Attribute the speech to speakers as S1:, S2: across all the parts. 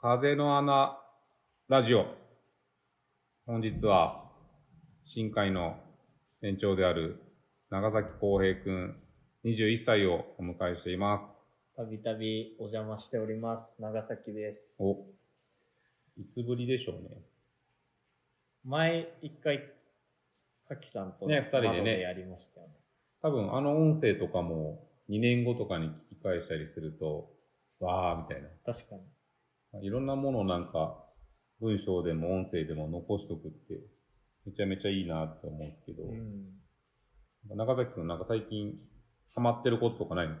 S1: 風の穴ラジオ。本日は、新会の園長である長崎浩平くん、21歳をお迎えしています。
S2: たびたびお邪魔しております。長崎です。
S1: おいつぶりでしょうね。
S2: 前、一回、かきさんと
S1: ね二人でね
S2: 窓やりましたよね。
S1: 多分あの音声とかも2年後とかに聞き返したりすると、わーみたいな。
S2: 確かに。
S1: いろんなものをなんか、文章でも音声でも残しとくって、めちゃめちゃいいなって思うんですけど、
S2: うん。
S1: 長崎くんなんか最近、ハマってることとかないの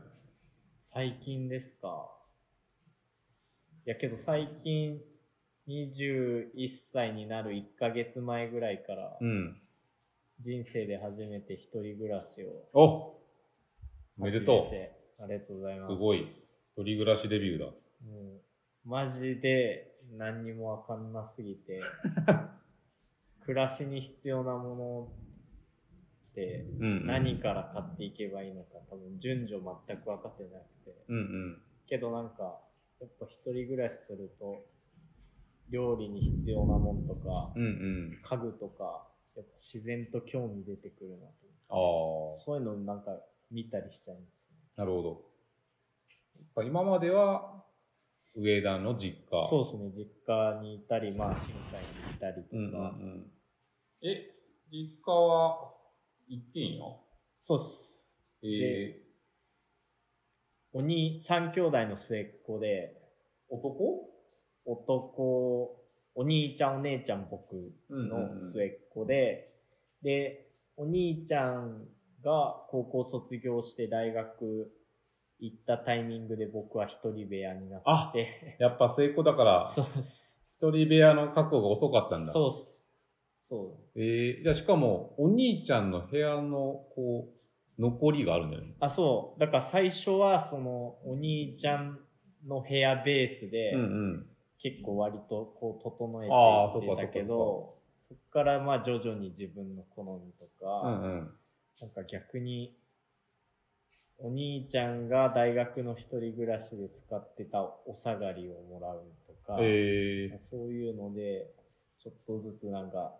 S2: 最近ですか。いやけど最近、21歳になる1ヶ月前ぐらいから、
S1: ん。
S2: 人生で初めて一人暮らしを
S1: おおめ
S2: 始めて。
S1: でとう。
S2: ありがとうございます。
S1: すごい一人暮らしデビューだ。
S2: もう、マジで何にもわかんなす ぎて、暮らしに必要なものって
S1: うん
S2: 何から買っていけばいいのか多分順序全く分かってなくて。
S1: うんうん。
S2: けどなんか、やっぱ一人暮らしすると、料理に必要なもんとか、
S1: うんうん。
S2: 家具とか、やっぱ自然と興味出てくるなと
S1: あ
S2: 思
S1: あ
S2: って。そういうのなんか見たりしちゃいますね。
S1: なるほど。やっぱ今までは、上田の実家。
S2: そうですね、実家にいたり、まあ、新海にいたりとか、
S1: うんうんうん。え、実家は、一軒家
S2: そうっす。
S1: え
S2: おに三兄弟の末っ子で、
S1: ー、男
S2: 男、お兄ちゃん、お姉ちゃん、僕
S1: うんうんう
S2: の
S1: ん
S2: 末っ子で、で、お兄ちゃんが高校卒業して大学行ったタイミングで僕は一人部屋になって、
S1: やっぱ成功だから、
S2: そうっす。
S1: 一人部屋の確保が遅かったんだ。
S2: そうっす。そう。
S1: えー、じゃあしかも、お兄ちゃんの部屋の、こう、残りがあるんだよね。
S2: あ、そう。だから最初は、その、お兄ちゃんの部屋ベースで、
S1: ん
S2: 結構割とこう整え
S1: ああ
S2: ていってたけど、そこからまあ徐々に自分の好みと
S1: う
S2: か、
S1: んうん。
S2: なんか逆に、お兄ちゃんが大学の一人暮らしで使ってたお下がりをもらうとか、
S1: え
S2: そういうので、ちょっとずつなんか、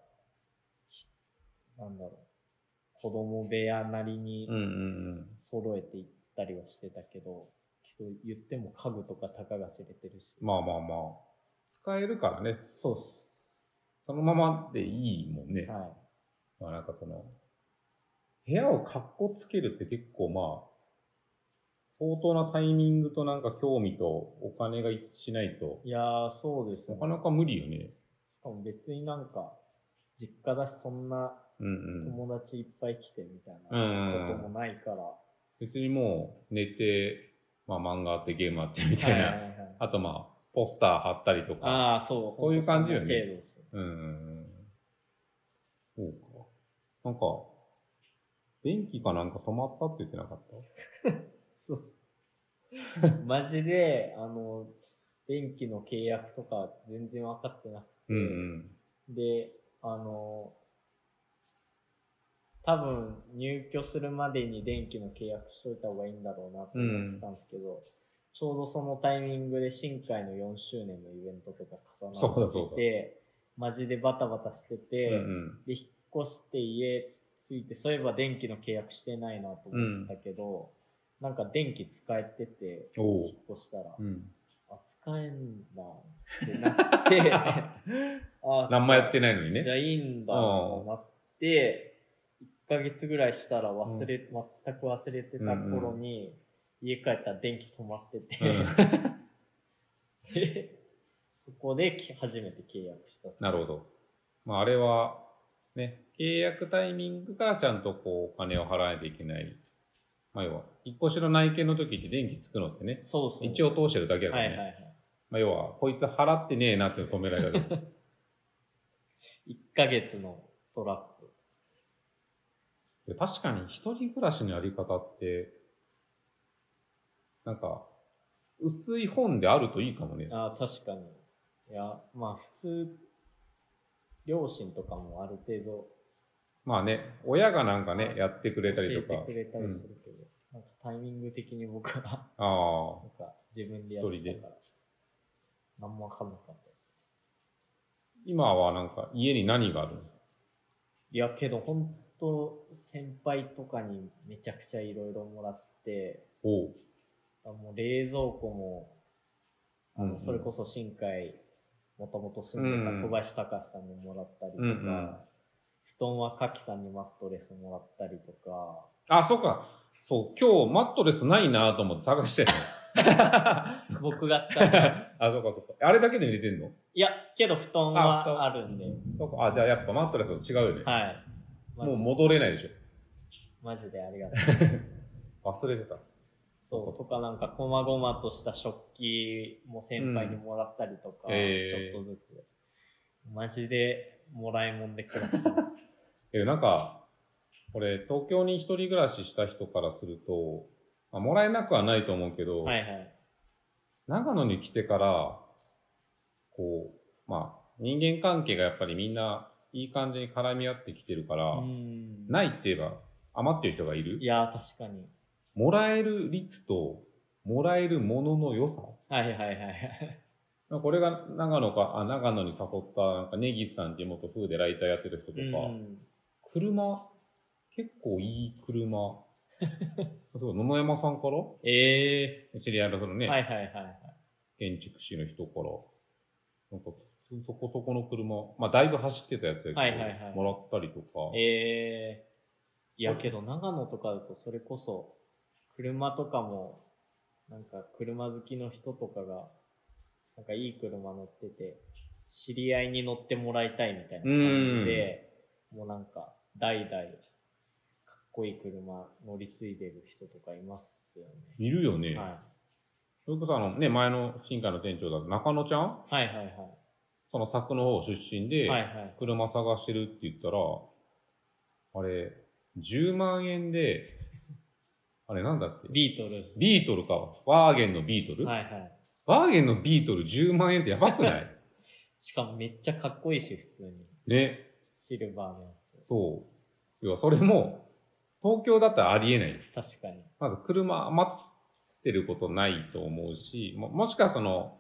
S2: ひなんだろう、子供部屋なりに
S1: ー、うんうん
S2: 揃えていったりはしてたけど、けど言っても家具とかたかが知れてるし。
S1: うん。まあまあまあ。使えるからね。
S2: そうっす。
S1: そのままでいいもんね。
S2: はい。
S1: まあなんかその、部屋を格好つけるって結構まあ、相当なタイミングとなんか興味とお金が一致しないと、
S2: いやー、そうです
S1: な
S2: ね。
S1: かなか無理よね。
S2: しかも別になんか、実家だしそんな
S1: うんうん。
S2: 友達いっぱい来てみたい
S1: うん
S2: な
S1: う
S2: こと
S1: んう
S2: も
S1: ん。
S2: ないから。
S1: 別にもう寝て、まあ漫画あってゲームあってみたいな。
S2: はいはいはい
S1: あとまあ、ポスター貼ったりとか。
S2: ああ、そう。
S1: そういう感じよね
S2: ほんとその程度ですよ
S1: うんうん。そうか。なんか、電気かなんか止まったって言ってなかった
S2: そう。 マジで、あの、電気の契約とか全然分かってなく
S1: うんうん。
S2: て。で、あの、多分入居するまでに電気の契約しといた方がいいんだろうなと思ってたんですけど、ちょうどそのタイミングで新海の4周年のイベントとか重
S1: そう
S2: な
S1: だそう
S2: っ
S1: だ
S2: てきて、マジでバタバタしてて、
S1: うんうん。
S2: で、引っ越して家ついて、そういえば電気の契約してないなと思ってたけど、なんか電気使えてて、
S1: おう
S2: 引。っ越したら、
S1: うん。
S2: あ、使えんだってな って、あ
S1: 何もやって
S2: な
S1: ないのに
S2: いじゃ
S1: ね。
S2: あいいんだとなって、1ヶ月ぐらいしたら忘れ、全く忘れてた頃に、家帰ったら電気止まってて、で そこでき初めて契約したっ す。
S1: なるほど。まあ、あれは、ね、契約タイミングがちゃんとこう、お金を払わないといけない。まあ、要は、引っ越しの内見の時って電気つくのってね、
S2: そうそう。
S1: 一応通してるだけだか
S2: はい
S1: ら
S2: は
S1: ね。
S2: いはい。
S1: まあ、要は、こいつ払ってねえなって止められる。
S2: 1ヶ月のトラップ。
S1: で確かに一人暮らしのやり方って、なんか、薄い本であるといいかもね。
S2: ああ、確かに。いや、まあ普通、両親とかもある程度
S1: まあね、親がなんかね、やってく
S2: 教
S1: れ
S2: え
S1: たり
S2: て
S1: とか。
S2: くれたりするけど、なんかタイミング的に僕は、
S1: ああ、
S2: なんか自分でやってたから。何もわかんなかったです。
S1: 今はなんか家に何があるの
S2: いや、けど本当先輩とかにめちゃくちゃいろいろもらって、
S1: おう。
S2: もう冷蔵庫も、あの、それこそ新海、もともと住んでた小林隆さんにもらったりとか、
S1: うんうん
S2: 布団はカキさんにマットレスもらったりと か、
S1: あ、そっか。そう、今日マットレスないなと思って探 してたの
S2: 僕が使ってま
S1: あ、
S2: す。
S1: そっかそっか。あれだけで寝てんの
S2: いや、けど布団
S1: あ布団
S2: はあるんで、
S1: そっか。あ、じゃあやっぱマットレスと違うよね。
S2: はい。マジ
S1: もう戻れないでし
S2: マジでありがとう。
S1: ょ。忘れてた。
S2: そう、とかなんか、こまごまとした食器も先輩にもらったりとか、
S1: うんえー
S2: ちょっとずつ。マジで、もらいもんで暮らしてます。
S1: え、なんか、これ、東京に一人暮らしした人からすると、まあ、もらえなくはないと思うけど、
S2: はいはい。
S1: 長野に来てから、こう、まあ、人間関係がやっぱりみんないい感じに絡み合ってきてるから、
S2: うん。
S1: ないって言えば余ってる人がいる
S2: いやー、確かに。
S1: もらえる率と、もらえるものの良さ。
S2: はいはいはい。
S1: これが長野か、あ、長野に誘った、なんかネギスさんっていう元風でライターやってる人とか、
S2: うん。
S1: 車、結構いい 車。例えば野々山さんから
S2: え
S1: 知り合いのその
S2: え
S1: ね、
S2: ー。はいはいはいはい。
S1: 建築士の人から、なんか、そこそこの車、まあだいぶ走ってたやつやけど、
S2: はいはいはい
S1: もらったりとか、
S2: ええいや、けど長野とかだとそれこそ、車とかも、なんか車好きの人とかが、なんかいい車乗ってて、知り合いに乗ってもらいたいみたいな感じで、もうなんか、代々、かっこいい車乗り継いでる人とかいますよ
S1: いるよね。
S2: ね。は
S1: それこそあのね、前の新海の店長だと中野ちゃん
S2: い。はいはいは
S1: その柵の方出身で、
S2: い。はいはい。
S1: 車探してるって言ったら、あれ、10万円で、あれなんだっけ
S2: ビートルズ。
S1: ビートルか。ワーゲンのビートル、
S2: はいはい。
S1: ワーゲンのビートル10万円ってやばくない
S2: しかもめっちゃかっこいいし、普通に。
S1: ね。
S2: シルバーのや
S1: そう。要はそれも、東京だったらありえない。
S2: つ。確かに。
S1: まず車余ってることないと思うし、ももしかその、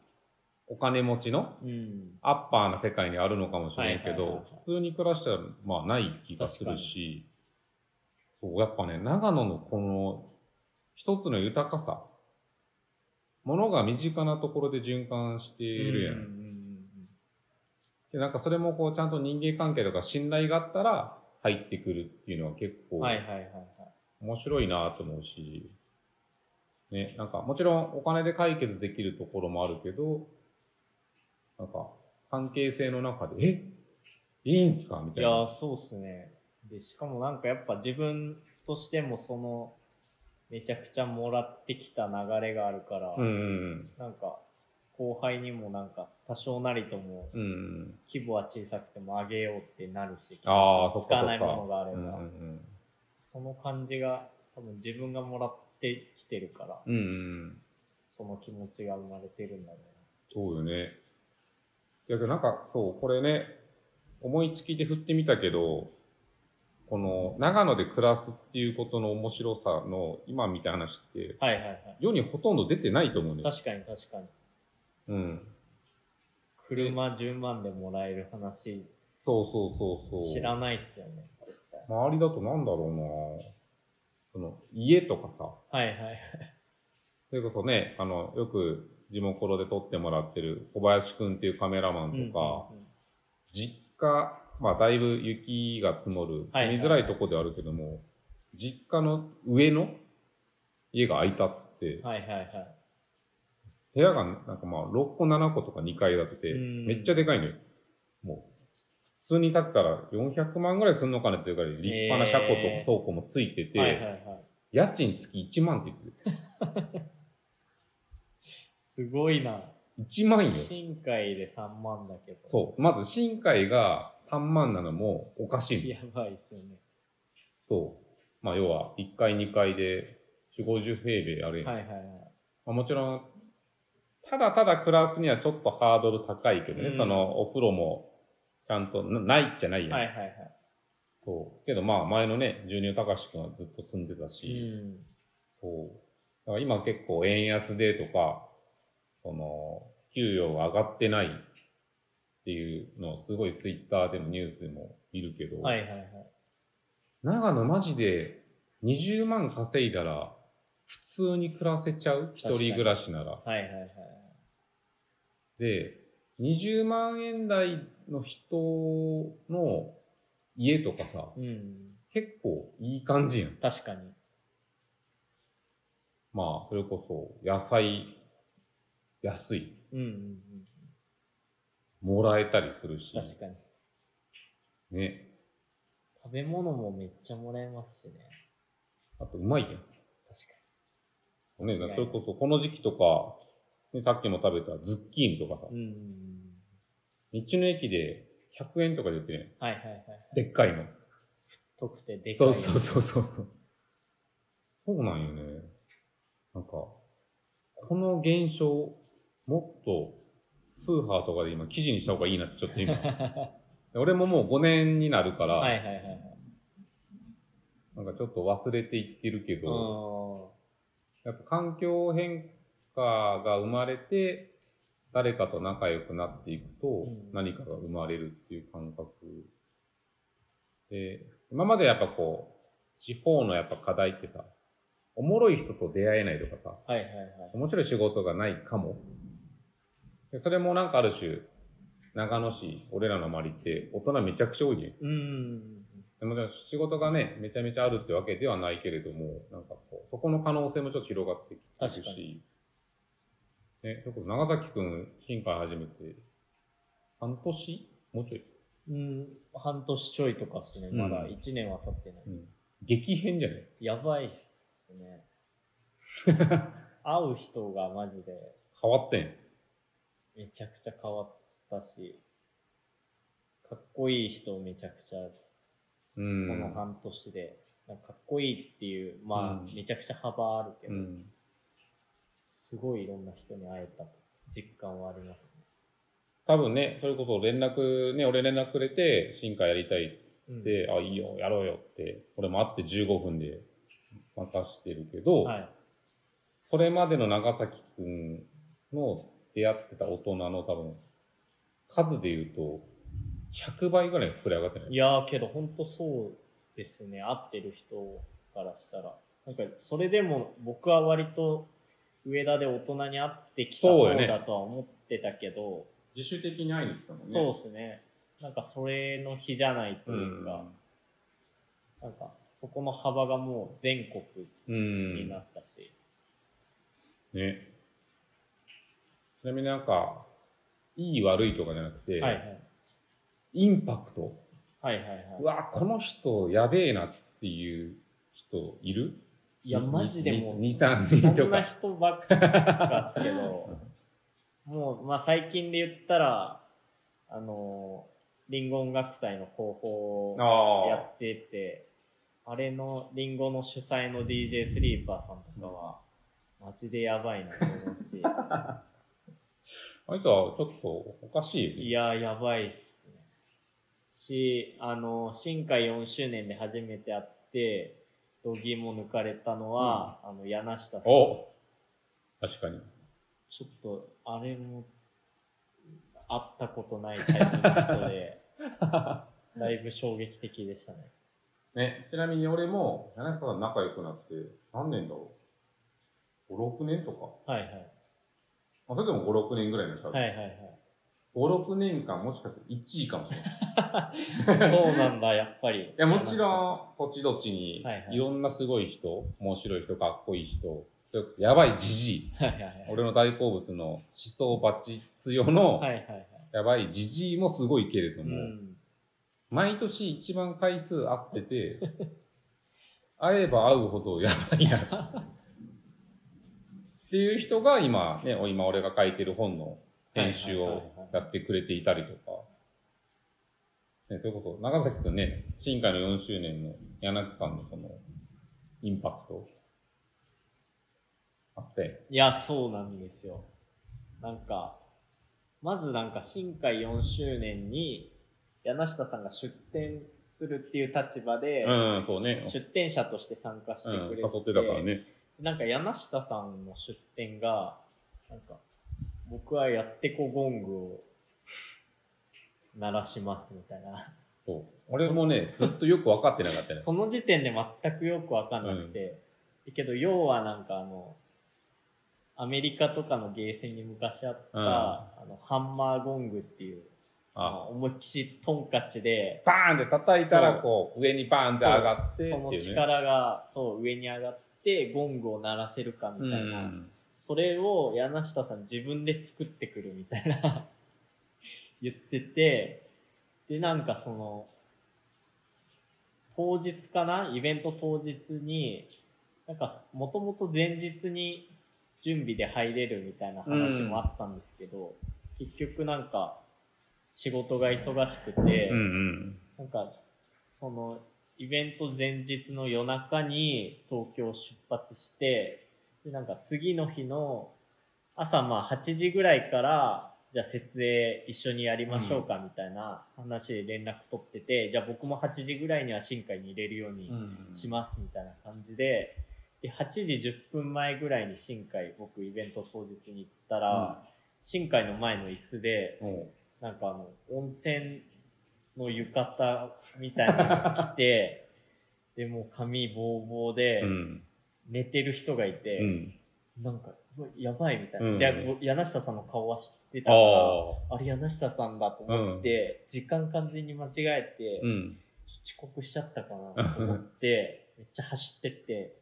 S1: お金持ちの
S2: うん。
S1: アッパーな世界にあるのかもしれないけ
S2: はいはいは
S1: ど
S2: いはい、
S1: 普通に暮らしたら、まあ、ない気がするし、そう、やっぱね、長野のこの、一つの豊かさ、ものが身近なところで循環して
S2: い
S1: いるや。
S2: うんうんんうん。
S1: で、なんかそれもこう、ちゃんと人間関係とか信頼があったら、入ってくるっていうのは結構、
S2: はいはいはいはい。
S1: 面白いなと思うし、ね、なんかもちろんお金で解決できるところもあるけど、なんか関係性の中で、えいいんすかみ
S2: い
S1: たい
S2: や
S1: な。
S2: ー、そうっすね。で、しかもなんかやっぱ自分としてもその、めちゃくちゃもらってきた流れがあるから、
S1: うんうん
S2: なんか、後輩にもなんか、多少なりとも、
S1: うん。うんうん。
S2: 規模は小さくても上げようってなるし、
S1: ああ、そっ
S2: 使
S1: かそっか。
S2: わないものがあれば、
S1: うんうん
S2: その感じが、多分自分がもらってきてるから、
S1: うん。うんうん。
S2: その気持ちが生まれてるんだろ
S1: そうよね。いやけどなんかそう、これね、思いつきで振ってみたけど、この長野で暮らすっていうことの面白さの今みたいな話って、
S2: うな。はいはいはい。
S1: 世にほとんど出てないと思うね。
S2: 確かに確かに。
S1: うん。
S2: 車10万でもらえる話、
S1: そうそうそうそう。
S2: 知らないっすよね。
S1: 周りだとなんだろうなその、家とかさ、
S2: はいはい。
S1: それこそね、あの、よく、地元で撮ってもらってる小林くんっていうカメラマンとか、
S2: うんうんうん
S1: 実家、まあだいぶ雪が積もる、
S2: はい
S1: 住みづらいとこではあるけども、実家の上の家が空いたっつって、
S2: はいはいはい。
S1: 部屋がなんかまあ6個7個とか2階建てて、
S2: うん
S1: めっちゃでかいのよ。もう、普通に建ったら400万ぐらいすんのかねっていうぐらい立派な車庫とか
S2: えー
S1: 倉庫もついてて、
S2: はいはいはい。
S1: 家賃月1万って言ってる。
S2: すごいな。
S1: 1万よ。
S2: 深海で3万だけど。
S1: そう。まず、新海が3万なのもおかしいの。
S2: やばいっすよね。
S1: そう。まあ、要は、1階、2階で、4、50平米あるやん。
S2: はいはいはい。
S1: まあ、もちろん、ただただ暮らすにはちょっとハードル高いけどね。
S2: うん
S1: その、お風呂も、ちゃんとな、ないっちゃないやん。
S2: はいはいはい。
S1: そう。けど、まあ、前のね、住人高志くんはずっと住んでた
S2: う
S1: し、
S2: ん。
S1: そう。だから今結構、円安でとか、その、給与が上がってないっていうのをすごいツイッターでもニュースでも見るけど、
S2: はいはいはい。
S1: 長野マジで20万稼いだら普通に暮らせちゃう一
S2: かに
S1: 人暮らしなら。
S2: はいはいはい。
S1: で、20万円台の人の家とかさ、
S2: うん。
S1: 結構いい感じやん。
S2: 確かに。
S1: まあ、それこそ野菜、安い、
S2: うんうんうん。
S1: もらえたりするし、
S2: 確かに。
S1: ね。
S2: 食べ物もめっちゃもらえますしね。
S1: あと、うまいやん。
S2: 確か
S1: ね、
S2: 間違いない
S1: それこそこの時期とか、ね、さっきも食べたズッキーニとかさ、
S2: に。うんうんうん。
S1: 道の駅で100円とかで売ってね、
S2: はいはいはい。
S1: でっかいの。
S2: 太くてでかい。
S1: そうそうそうそうそう。そうなんよね。なんか、この現象、もっと、スーハーとかで今記事にした方がいいなってちょっ と今。俺ももう5年になるから、
S2: はいはいはいはい。
S1: なんかちょっと忘れていってるけ
S2: う
S1: ど、
S2: ん。
S1: やっぱ環境変化が生まれて、誰かと仲良くなっていくと
S2: うん、
S1: 何かが生まれるっていう感覚。で、今までやっぱこう、地方のやっぱ課題ってさ、おもろい人と出会えないとかさ、
S2: はいはいはい。
S1: 面白い仕事がないかも。でそれもなんかある種、長野市、俺らの周りって、大人めちゃくちゃ多いじゃん。
S2: うんうん
S1: でも仕事がね、めちゃめちゃあるってわけではないけれども、なんかこう、そこの可能性もちょっと広がってきて
S2: 確
S1: る
S2: か
S1: し、ね、それこそ長崎くん、新海始めて、半年もうちょい、
S2: うんうん。うん。半年ちょいとかっすね。
S1: うん
S2: まだ1年は経ってない。
S1: うん、激変じゃない
S2: やばいっす ね。会う人がマジで
S1: 変わってん。
S2: めちゃくちゃ変わったし、かっこいい人めちゃくちゃ
S1: う
S2: この
S1: ん。
S2: 半年で、なんかかっこいいっていう、まあ、
S1: うん
S2: めちゃくちゃ幅あるけ
S1: う
S2: ど、
S1: ん。
S2: すごいいろんな人に会えた実感はあります
S1: 多分ね、それこそ連絡、ね、俺連絡くれて、新海やりたいっ
S2: ね。うん、
S1: で、あ、いいよ、やろうよって、俺も会って15分で渡してるけど、
S2: はい。
S1: それまでの長崎くんの出会ってた大人の多分、数で言うと、100倍ぐらい膨れ上がってない
S2: いやー、けど本当そうですね。会ってる人からしたら。なんか、それでも僕は割と上田で大人に会ってきた
S1: そ
S2: 方
S1: うよね
S2: だとは思ってたけど、
S1: 自主的に会いに来たもんね。
S2: そうですね。なんか、それの日じゃないと
S1: う。
S2: いうんか、なんか、そこの幅がもう全国
S1: うん。
S2: になったし。
S1: ね。ちなみになんか、いい悪いとかじゃなくて、
S2: はいはい。
S1: インパクト。
S2: はいはいは
S1: うわ、この人やべえなっていう人いる
S2: い。いや、マジでも
S1: 2、、
S2: う
S1: 3人
S2: そ
S1: と
S2: んな
S1: か。
S2: 人ばっかっすけど、 もう、まあ最近で言ったら、あの、リンゴ音楽祭の広報をや
S1: ああ。
S2: ってて、あれのリンゴの主催の DJ スリーパーさんとかは、マジでやばいなと思う し、
S1: あいつはちょっとおかしいよね。
S2: いや、やばいっすね。し、あの、新海4周年で初めて会って、ドギも抜かれたのは、あの、柳下さん。
S1: お確かに。
S2: ちょっと、あれも、会ったことないタイプの人 で、だいぶ衝撃的でしたね。
S1: ね、ちなみに俺も、柳下さん仲良くなって、何年だろう ?5、6年とか。
S2: はいはい。
S1: まあ、それでも5、6年ぐらいの差。
S2: はいはい
S1: 5、6年間もしかしたら1位かもしれ ない。い
S2: はい。そうなんだ、やっぱり。い
S1: や、もちろん、こっちどっちに
S2: はい、はい
S1: いろんなすごい人、面白い人、かっこいい人、やばいじじい。
S2: ん。はいはいはい。
S1: 俺の大好物の思想バチ強の
S2: は、いはいはい。
S1: やばいじじいもすごいけれど
S2: う
S1: も、
S2: ん。
S1: 毎年一番回数会ってて、会えば会うほどやばいな。っていう人が今、ね、今俺が書いてる本の編集をやってくれていたりとか、ね、そういうこと、長崎くんね、新海の4周年の柳瀬さんのその、インパクト、あって、
S2: いや、そうなんですよ。なんか、まずなんか、新海4周年に、柳下さんが出展するっていう立場で、
S1: うん、そうね、
S2: 出展者として参加し
S1: う
S2: て
S1: ん、
S2: くれて、
S1: 誘ってたからね。
S2: なんか柳下さんの出店が、なんか、僕はやってこゴングを鳴らしますみたいな。
S1: そう。俺もね、ずっとよく分かってなかったね。
S2: その時点で全くよくわかんなくて、けど要はなんかあの、アメリカとかのゲーセンに昔あった、
S1: うん
S2: あの、ハンマーゴングっていう、あ
S1: あ
S2: の思いっきしトンカチで、
S1: パーンって叩いた
S2: そ
S1: ら、
S2: う
S1: こう、上にパーンって上がってって
S2: そうその
S1: いうね。
S2: 力が、そう、上に上がって、ゴングを鳴らせるか
S1: う
S2: みたいな。
S1: ん。
S2: それを柳下さん自分で作ってくるみたいな 言ってて、で、なんかその、当日かなイベント当日に、なんかもともと前日に準備で入れるみたいな話もあったんですけど、結局なんか仕事が忙しくて、
S1: うんうん。
S2: なんか、その、イベント前日の夜中に東京を出発して、で、なんか次の日の朝まあ8時ぐらいから、じゃあ設営一緒にやりましょうかみたいな話で連絡取ってて、じゃあ僕も8時ぐらいには新海に入れるようにしますみたいな感じで、で、8時10分前ぐらいに新海、僕イベント当日に行ったら、新海の前の椅子で、
S1: おう
S2: なんかあの、温泉の浴衣みたいなの 着て、で、もう髪ぼうぼうで
S1: う、ん。
S2: 寝てる人がいうて、
S1: ん。
S2: なんか、うわやばいみたいな。
S1: うん
S2: で、柳下さんの顔は知ってた
S1: あ
S2: から、
S1: あ。
S2: あれ柳下さんだと思って、時間完全に間違えて、
S1: うん。
S2: 遅刻しちゃったかなと思って、 めっちゃ走ってって、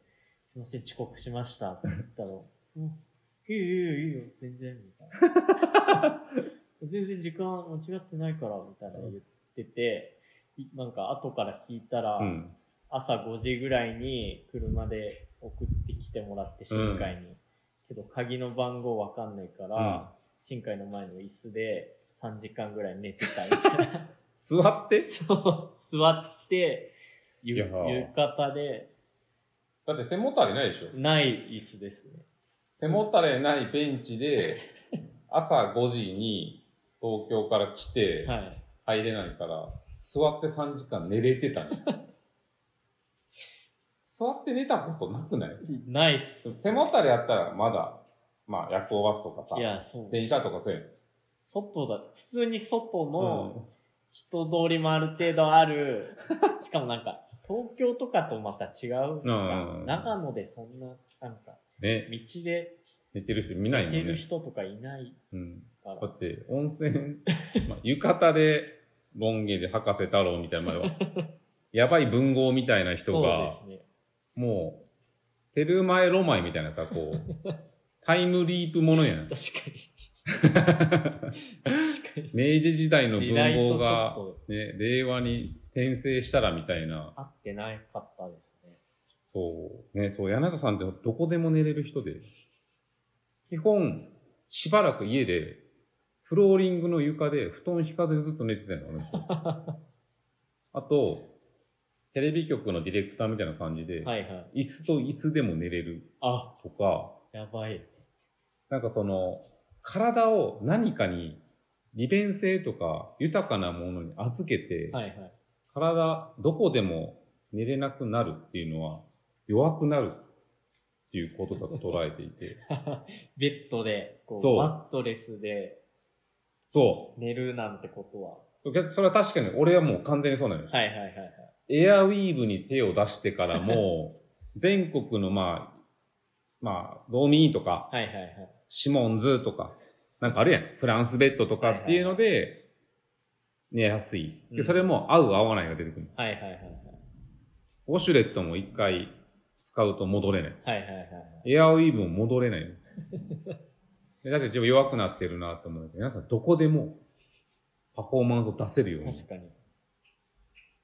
S2: すいません、遅刻しましたって言ったら、うん、いいよいいよいいよ、全然、みたいな。 全然時間間違ってないから、みたいな言ってて、いなんか後から聞いたら、
S1: うん。
S2: 朝5時ぐらいに車で送ってきてもらって、新海に。けど、鍵の番号わかんないから、新海の前の椅子で3時間ぐらい寝てたみたいな。
S1: 座って
S2: そう、座って、ゆ
S1: いや
S2: 浴衣で、
S1: だって背もたれないでしょ。
S2: ない椅子ですね。
S1: 背もたれないベンチで、朝5時に東京から来て、
S2: はい。
S1: 入れないから、座って3時間寝れてたね。座って寝たことなくない
S2: ないっす。
S1: 背もたれやったらまだ、まあ夜行バスとか
S2: い
S1: さ、
S2: や、そう。
S1: 電車とかそうやん。
S2: 外だ。普通に外の人通りもある程度ある。 しかもなんか、東京とかとまた違うんです
S1: う
S2: か
S1: ん
S2: 長野でそんな、なんか、
S1: ね、
S2: 道で
S1: 寝てる人見ないも
S2: 寝
S1: ん
S2: てる
S1: ね。
S2: 人とかいない
S1: うん、
S2: か
S1: だ
S2: ら。
S1: って温泉、まあ浴衣でロン毛で博士太郎みたいな前 は、やばい文豪みたいな人が、
S2: そうですね。
S1: もう、テルマエロマエみたいなさ、こ う、タイムリープものやん。
S2: 確かに。確かに。
S1: 明治時代の 文豪が
S2: 時代とちょっ、
S1: ね、令和に転生したらみたいな、
S2: 合ってなかったですね。
S1: そう、ね、そう、柳田さんってどこでも寝れる人で、基本、しばらく家で、フローリングの床で布団引かずにずっと寝てたよ、あの人。 あと、テレビ局のディレクターみたいな感じで、
S2: はいはい。
S1: 椅子と椅子でも寝れる
S2: あ、
S1: とか、
S2: やばい。
S1: なんかその、体を何かに利便性とか豊かなものに預けて、
S2: はいはい。
S1: 体、どこでも寝れなくなるっていうのは、弱くなるっていうことだと捉えていて。
S2: ベッドで、こう、
S1: そう
S2: マットレスで
S1: そ
S2: 寝るなんてことは。
S1: う。それは確かに、俺はもう完全にそうなのよ。
S2: はいはいはいはい。
S1: エアウィーヴに手を出してからも、 全国のまあ、まあ、ドーミーとか、
S2: はいはいはい。
S1: シモンズとか、なんかあるやん。フランスベッドとかっていうので、寝やすい。
S2: う
S1: で、
S2: ん
S1: それも合う合わないが出てくる。
S2: はいはいはいはい。
S1: ウォシュレットも一回使うと戻れない。
S2: はいはいはいはい。
S1: エアウィーヴも戻れない の。でだって自分弱くなってるなと思うけど、皆さんどこでもパフォーマンスを出せるように
S2: 確かに。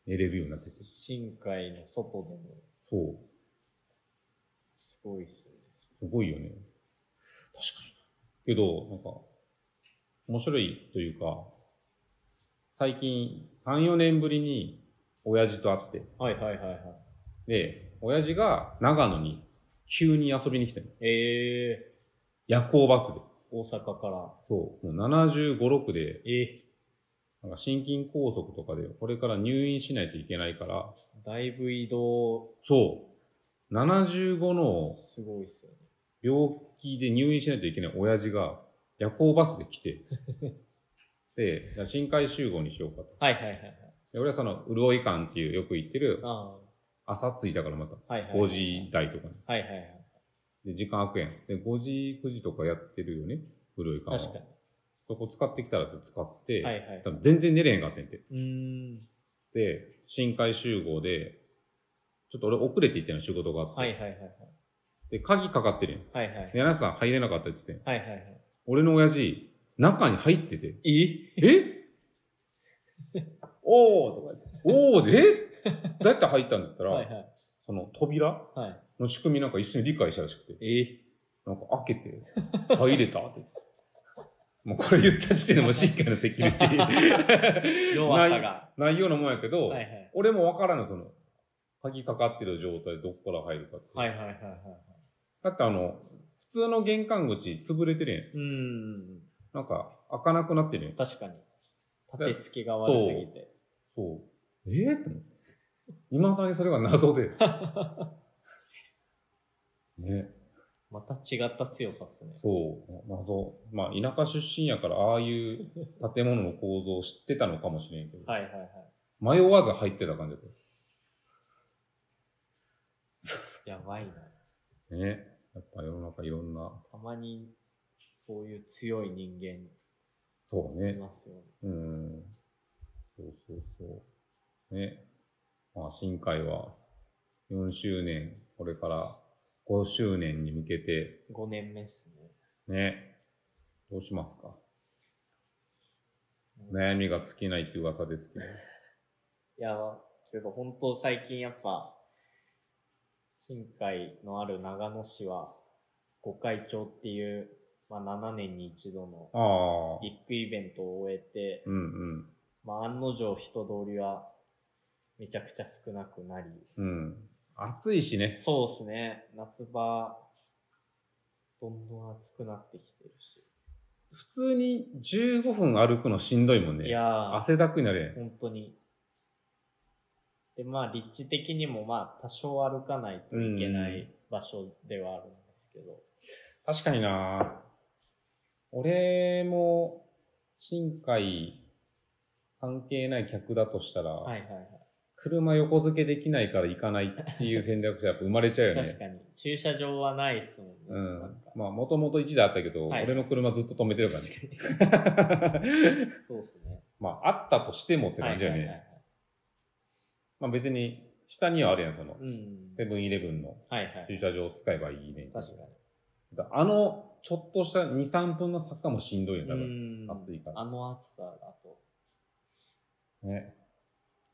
S1: 寝れるようになってて。
S2: 深海の外でも、
S1: そう。
S2: すごいっすね。
S1: すごいよね。確かに。けど、なんか、面白いというか、最近3、4年ぶりに親父と会って、
S2: はいはいはいはい。
S1: で、親父が長野に急に遊びに来たの。
S2: ええ
S1: 夜行バスで。
S2: ー、大阪から。
S1: そう。もう75、6で、
S2: ええ
S1: なんか心筋梗塞とかで、これから入院しないといけないから、
S2: だいぶ移動、
S1: そう。75の
S2: すごいっすよね。
S1: 病気で入院しないといけない親父が、夜行バスで来 て、で、じゃあ深海集合にしようかと。
S2: はいはいはいはい。
S1: で俺はその、潤い館っていうよく行ってる、
S2: あ
S1: 朝着いたからまた、
S2: あ、はいはい。
S1: 5時。台とか
S2: はいはいはい。
S1: に。で、時間悪やん。で、5時、9時とかやってるよね、潤い館は。
S2: 確か
S1: そこ使ってきたら使って、
S2: に。はいはい
S1: 多。分全然寝れへんかったんやて。
S2: うーん。
S1: で、深海集合で、ちょっと俺遅れて行ったの仕事があって。
S2: はいはいはいはい。
S1: で、鍵かかってるやん。
S2: はいはい。
S1: で柳瀬さん入れなかったって言ってん。
S2: はいはいはい。
S1: 俺の親父、中に入ってて、
S2: え
S1: えおーとか言って、おーで、えどうやって入ったんだったら、
S2: はいはい。
S1: その扉
S2: はい。
S1: の仕組みなんか一緒に理解したらしくて、
S2: え
S1: なんか開けて、入れたって言ってた。 もうこれ言った時点でもう深海のセキュリテ ィ
S2: 弱さが。
S1: ない。ないようなもんやけど、
S2: はいはい。
S1: 俺もわからんの、その、鍵かかってる状態でどこから入るかって。
S2: はいはいはいはいはい。
S1: だってあの、普通の玄関口潰れてる
S2: うーん。
S1: やん。なんか、開かなくなってるやん。
S2: 確かに。立て付けが悪すぎて。
S1: そう。ええって思って。未だにそれが謎 で。ね、
S2: また違った強さっすね。
S1: そう、謎。まあ、田舎出身やから、ああいう建物の構造を知ってたのかもしれんけど、
S2: はいはいはい。
S1: 迷わず入ってた感じだっ
S2: やばいな。
S1: た。ね。やっぱ世の中いろんな、
S2: たまに、そういう強い人間
S1: そう
S2: い
S1: ね。
S2: ますよね。
S1: うん。そうそうそう。ね。まあ、新海は、4周年、これから5周年に向けて、
S2: 5年目っすね。
S1: ね。どうしますか
S2: うん
S1: 悩みが尽きないって噂ですけど。
S2: いや、けど本当最近やっぱ、新海のある長野市は、五海町っていう、まあ7年に一度の
S1: ああ。
S2: ビッグイベントを終えて、
S1: うんうん。
S2: まあ案の定人通りはめちゃくちゃ少なくなり、
S1: うん。暑いしね。
S2: そうですね、夏場、どんどん暑くなってきてるし。
S1: 普通に15分歩くのしんどいもんね。
S2: いやー、
S1: 汗だくになる
S2: 本当に。で、まあ、立地的にも、まあ、多少歩かないといけな
S1: う
S2: い場所ではあるんですけど。
S1: やん。確かにな俺も、新海、関係ない客だとしたら、
S2: はいはいはい。
S1: 車横付けできないから行かないっていう選択肢はやっぱ生まれちゃうよ
S2: 確
S1: ね。
S2: かに。駐車場はないですもんね。
S1: う
S2: なん
S1: ん
S2: か。
S1: まあ、もともと1台あったけど、
S2: はい
S1: 俺の車ずっと止めてるから
S2: 確
S1: ね。
S2: かに。 そうですね。
S1: まあ、あったとしてもって感じだよね。
S2: はいはいはいはい
S1: まあ別に、下にはあるやん、その、
S2: うん。
S1: セブンイレブンの
S2: はいはい。
S1: 駐車場を使えばいいね。
S2: 確か
S1: だあの、ちょっとした2、3分の坂もしんどいよ、
S2: に。
S1: 多分。
S2: うん
S1: 暑いから
S2: あの暑さだと。
S1: ね。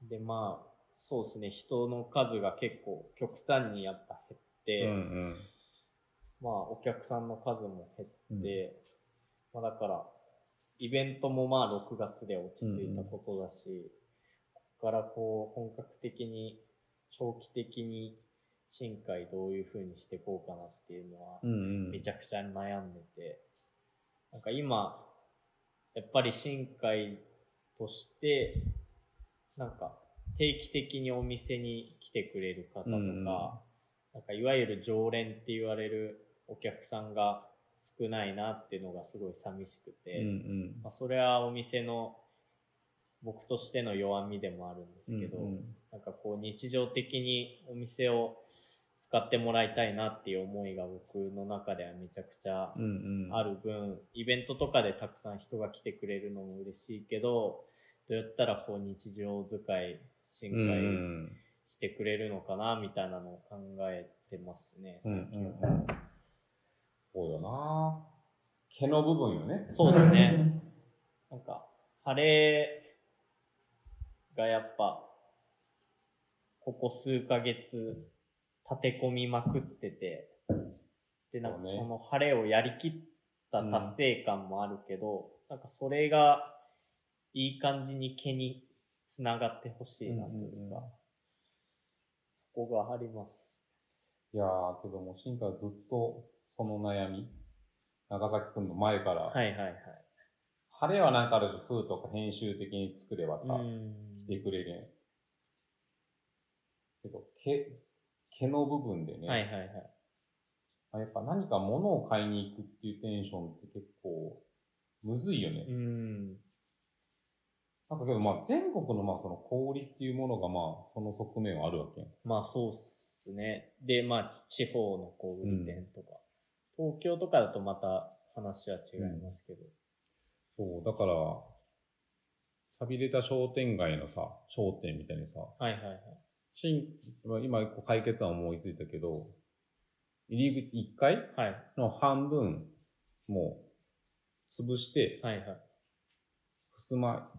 S2: で、まあ、そうですね。人の数が結構極端にやっぱ減って、
S1: うん
S2: まあ、お客さんの数も減って、
S1: うん。
S2: で、まあだから、イベントもまあ6月で落ち着いたことだし、ここからこう本格的に、長期的に新海どういう風にしていこうかなっていうのは
S1: う、んうん。
S2: めちゃくちゃ悩んでて、なんか今、やっぱり新海として、なんか定期的にお店に来てくれる方とか、
S1: うん
S2: なんかいわゆる常連って言われるお客さんが少ないなっていうのがすごい寂しくて、
S1: うんうん。
S2: まあ、それはお店の僕としての弱みでもあるんですけど、
S1: うんうん
S2: なんかこう日常的にお店を使ってもらいたいなっていう思いが僕の中ではめちゃくちゃ
S1: うんうん。
S2: あ
S1: る。
S2: る分、イベントとかでたくさん人が来てくれるのも嬉しいけど、どうやったらこう日常使い、
S1: う
S2: 深海
S1: ん
S2: してくれるのかなみたいなのを考えてますね、
S1: うん。うんう
S2: 最
S1: ん
S2: 近は。
S1: うん。そうよな毛の部分よね。
S2: そうで すね。なんか、晴れがやっぱ、ここ数ヶ月、立て込みまくってて、で、なんか
S1: そうね
S2: その晴れをやりきった達成感もあるけど、なんかそれが、いい感じに毛につながってほしいなというか、
S1: うんうんうん
S2: そこがあります。
S1: いやー、けども、新海はずっとその悩み、長崎くんの前から、
S2: はいはいはい。
S1: 晴れはなんかあるし、風とか編集的に作ればさ、
S2: うん。
S1: 来てくれるやん。けど、毛、毛の部分でね、
S2: はいはいはい。
S1: まあやっぱ何か物を買いに行くっていうテンションって結構むずいよね。
S2: うん。
S1: なんかけど、まあ、全国のまあ、その小売りっていうものが、まあ、その側面はあるわけやん。
S2: まあそうっすね。で、まあ地方の小売店とか、東京とかだとまた話は違いますけど。
S1: そう、だから、寂れた商店街のさ、商店みたいにさ、
S2: はいはいはい。
S1: 新、まあ今、こう解決案思いついたけど、入り口、1階
S2: はい。
S1: の半分、もう、潰して、
S2: はいはい。
S1: ふすま、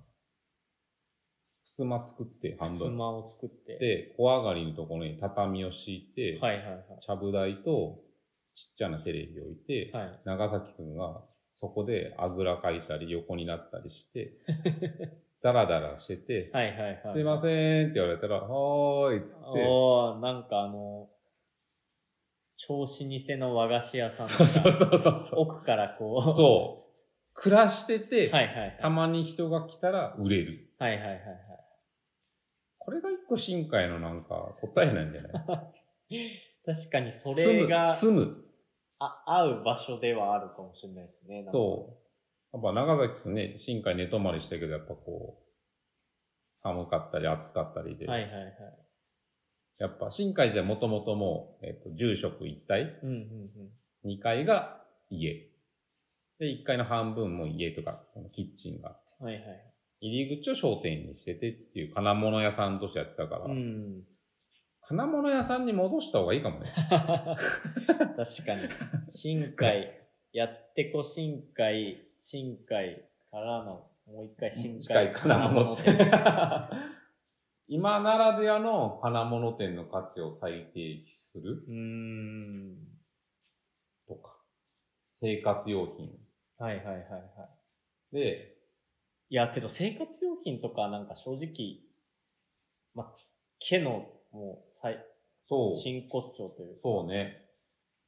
S1: ふすま作って、半
S2: ス
S1: 分。
S2: マを作って。
S1: で、小上がりのところに畳を敷いて、
S2: はいはいはい。
S1: ちゃぶ台と、ちっちゃなテレビを置いて、
S2: はい。
S1: 長崎くんがそこであぐらかいたり横になったり して、ダラダラしてて、
S2: はいはいはい。
S1: すいませんって言われたら、はーいっつって、
S2: おー、なんかあの、調子偽の和菓子屋さんと
S1: そ
S2: か
S1: うそうそうそうそ
S2: 奥からこ
S1: う。
S2: う。
S1: そう。暮らしてて、
S2: はいはいはい。
S1: たまに人が来たら売れる。
S2: はいはいはいはい。
S1: これが一個深海のなんか答えなんじゃない
S2: 確かに それが
S1: 住む。住む。
S2: あ合う場所ではあるかもしれないですね。
S1: そう。やっぱ長崎くんね、深海寝泊まりしたけど、やっぱこう、寒かったり暑かったりで、
S2: うはいはいはい。
S1: やっぱ深海じゃもともともう、えっと住職一体
S2: うんうんうん。
S1: 2階が家。で、1階の半分も家とか、そのキッチンがあって。
S2: はいはい。
S1: 入り口を商店にしててっていう金物屋さんとしてやってたから、
S2: うん。
S1: 金物屋さんに戻した方がいいかもね。
S2: 確かに。深海、やってこ深海、深海からの、もう一回深海
S1: 深海金物
S2: 金物店
S1: 今ならではの金物店の価値を再定義する
S2: うーん。
S1: とか、生活用品。
S2: はいはいはいはい。
S1: で、
S2: いや、けど生活用品とかなんか正直、ま、毛のもう最、
S1: そう、
S2: 真骨頂というか。
S1: そうね。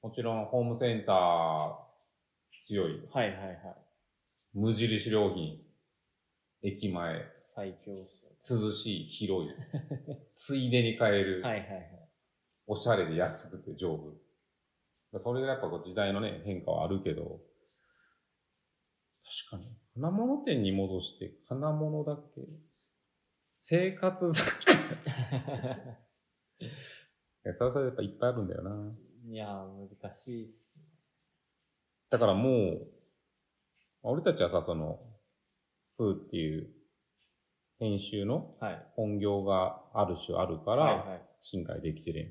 S1: もちろんホームセンター強い。
S2: はいはいはい。
S1: 無印良品。駅前、
S2: 最強っすよ
S1: 涼しい、 広い。ついでに買える。
S2: ね。はいはいはい。
S1: おしゃれで安くて丈夫。それがやっぱこう時代のね、変化はあるけど、確かに。金物店に戻して、金物だけ、生活雑貨。いやそれはそれでやっぱいっぱいあるんだよな。
S2: い やー、難しいっすね。
S1: だからもう、俺たちはさ、その、フーっていう、編集の
S2: はい。
S1: 本業がある種あるから、
S2: はいはい。
S1: 深海できてるやん。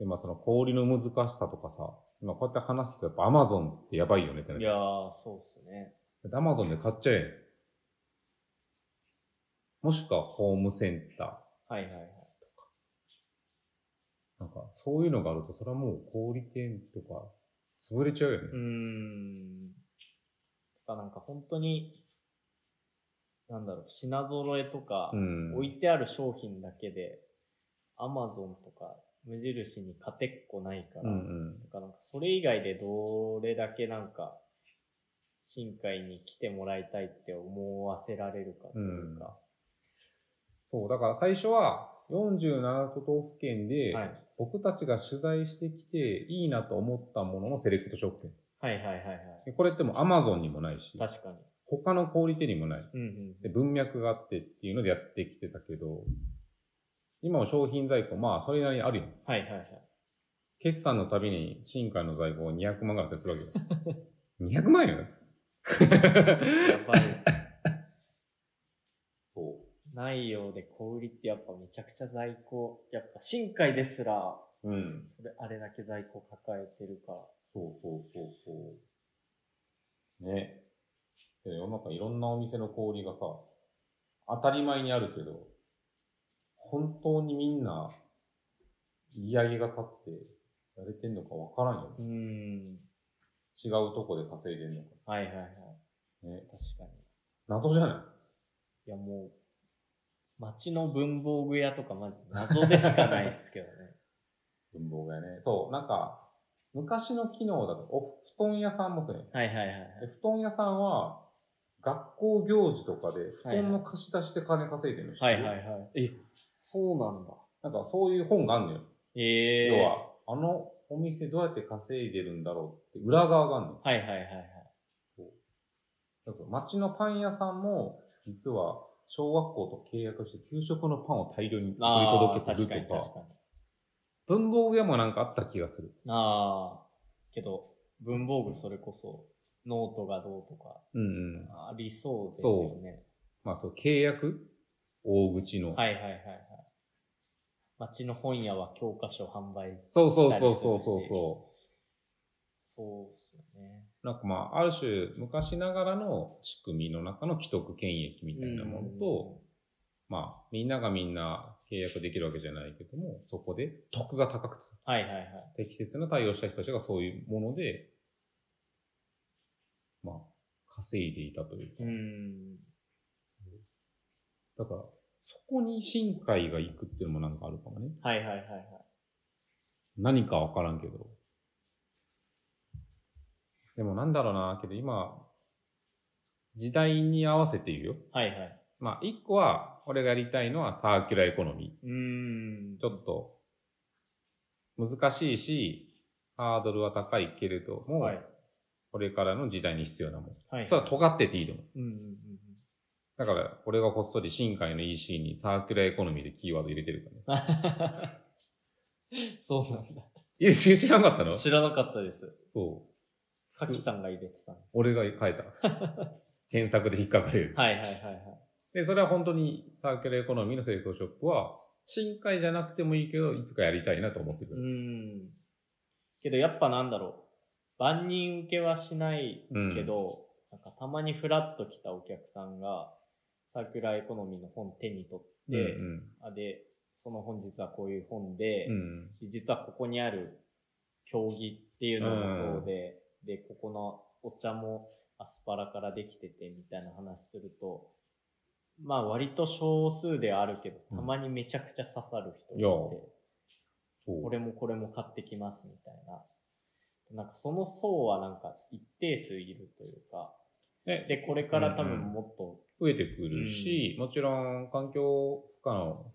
S1: で、まあその氷の難しさとかさ、今こうやって話してたらやっぱアマゾンってやばいよねって
S2: い
S1: な
S2: やー、そうっすね。
S1: アマゾンで買っちゃえん。もしくはホームセンタ
S2: はいはいはい。
S1: ー。なんか、そういうのがあると、それはもう小売店とか、潰れちゃうよね。
S2: うーん。とかなんか本当に、なんだろう、品揃えとか、
S1: ん
S2: 置いてある商品だけで、アマゾンとか無印に勝てっこないから、
S1: うんうん。
S2: だからなんかそれ以外でどれだけなんか、深海に来てもらいたいって思わせられるかというか、
S1: そう、だから最初は、47都道府県で、
S2: はい
S1: 僕たちが取材してきていいなと思ったもののセレクトショップ。
S2: はいはいはいは
S1: でこれってもう Amazon にもないし
S2: い。、確かに。
S1: 他の小売店にもない。
S2: うん
S1: で、文脈があってっていうのでやってきてたけど、今も商品在庫、まあ、それなりにあるよ。
S2: うん。はいはいはい。
S1: 決算のたびに、新海の在庫を200万ぐらいするわ けよ。200万よ
S2: やばいですね。
S1: そ
S2: ないようで小売りってやっぱめちゃくちゃ在庫、やっぱ深海ですら、
S1: う。うん。
S2: それ、あれだけ在庫抱えてるから。
S1: そうそうそうそう。ね。で世の中いろんなお店の小売りがさ、当たり前にあるけど、本当にみんな、売り上げが立って、やれてんのかわからんよね。
S2: うーん。
S1: 違うとこで稼いでんのか。
S2: はいはいはい。
S1: ね。
S2: 確かに。
S1: 謎じゃない
S2: いやもう、街の文房具屋とかマジ謎でしかないっすけどね。
S1: 文房具屋ね。そう、なんか、昔の機能だと、お布団屋さんもそうやね。
S2: はいはいはいはい。
S1: で布団屋さんは、学校行事とかで、布団の貸し出しで金稼いでるの、知って
S2: は
S1: る
S2: いはいはい。え、そうなんだ。
S1: なんかそういう本があんのよ。
S2: ええー。
S1: 要は、あのお店どうやって稼いでるんだろうって裏側があんのよ。
S2: はいはいはいはい。
S1: そうそうそう町のパン屋さんも、実は小学校と契約して給食のパンを大量に取り
S2: ああ、
S1: 届け
S2: 確
S1: て
S2: か
S1: る
S2: に
S1: とか
S2: 確、かに。
S1: 文房具屋もなんかあった気がする。
S2: ああ、けど、文房具それこそ、ノートがどうとか、
S1: うんうん。
S2: ありそうですよね。
S1: まあそう、契約大口の。
S2: はいはいはいはい。町の本屋は教科書販売したりするし。
S1: そうそうそうそうそうそう。
S2: そうですよね。
S1: なんかまあ、ある種、昔ながらの仕組みの中の既得権益みたいなものと、まあ、みんながみんな契約できるわけじゃないけども、そこで得が高くて、
S2: はいはいはい。
S1: 適切な対応した人たちがそういうもので、まあ、稼いでいたというか
S2: う。ん。
S1: だから、そこに新海が行くっていうのもなんかあるかもね。
S2: はいはいはいはい。
S1: 何かわからんけど。でもなんだろうな、けど今、時代に合わせて言うよ。
S2: はいはい。
S1: まあ、一個は、俺がやりたいのはサーキュラーエコノミ
S2: うーん
S1: ー。ち。ょっと、難しいし、ハードルは高いけれども、
S2: はい
S1: これからの時代に必要なもの。
S2: はい。
S1: それは尖ってていいと思う。
S2: うんうんうんうん。
S1: だから、俺がこっそり新海の EC にサーキュラーエコノミーでキーワード入れてるからね。
S2: そうなん だ。
S1: え、知知らなかったの
S2: 知らなかったです。
S1: そう。
S2: さきさんが入れてたんで
S1: 俺が書いた。検索で引っかか れる。
S2: はいはいはいはい。
S1: で、それは本当にサーキュラーエコノミーの製造ショップは、新海じゃなくてもいいけど、いつかやりたいなと思って
S2: う
S1: る。
S2: ん。けどやっぱなんだろう。万人受けはしない
S1: うん
S2: けど、なんかたまにフラッと来たお客さんが、サーキュラーエコノミーの本手に取って、
S1: うん
S2: あで、その本実はこういう本
S1: う
S2: で、
S1: ん。うん。
S2: 実はここにある競技っていうのもそうで、で、ここのお茶もアスパラからできててみたいな話すると、まあ割と少数ではあるけど、
S1: うん
S2: たまにめちゃくちゃ刺さる人
S1: いや
S2: がいて、
S1: そう。
S2: これもこれも買ってきますみたいな。なんかその層はなんか一定数いるというか、
S1: ね
S2: で、これから多
S1: うんう
S2: 分
S1: ん
S2: もっと、
S1: 増えてくるし、もちろん環境負荷の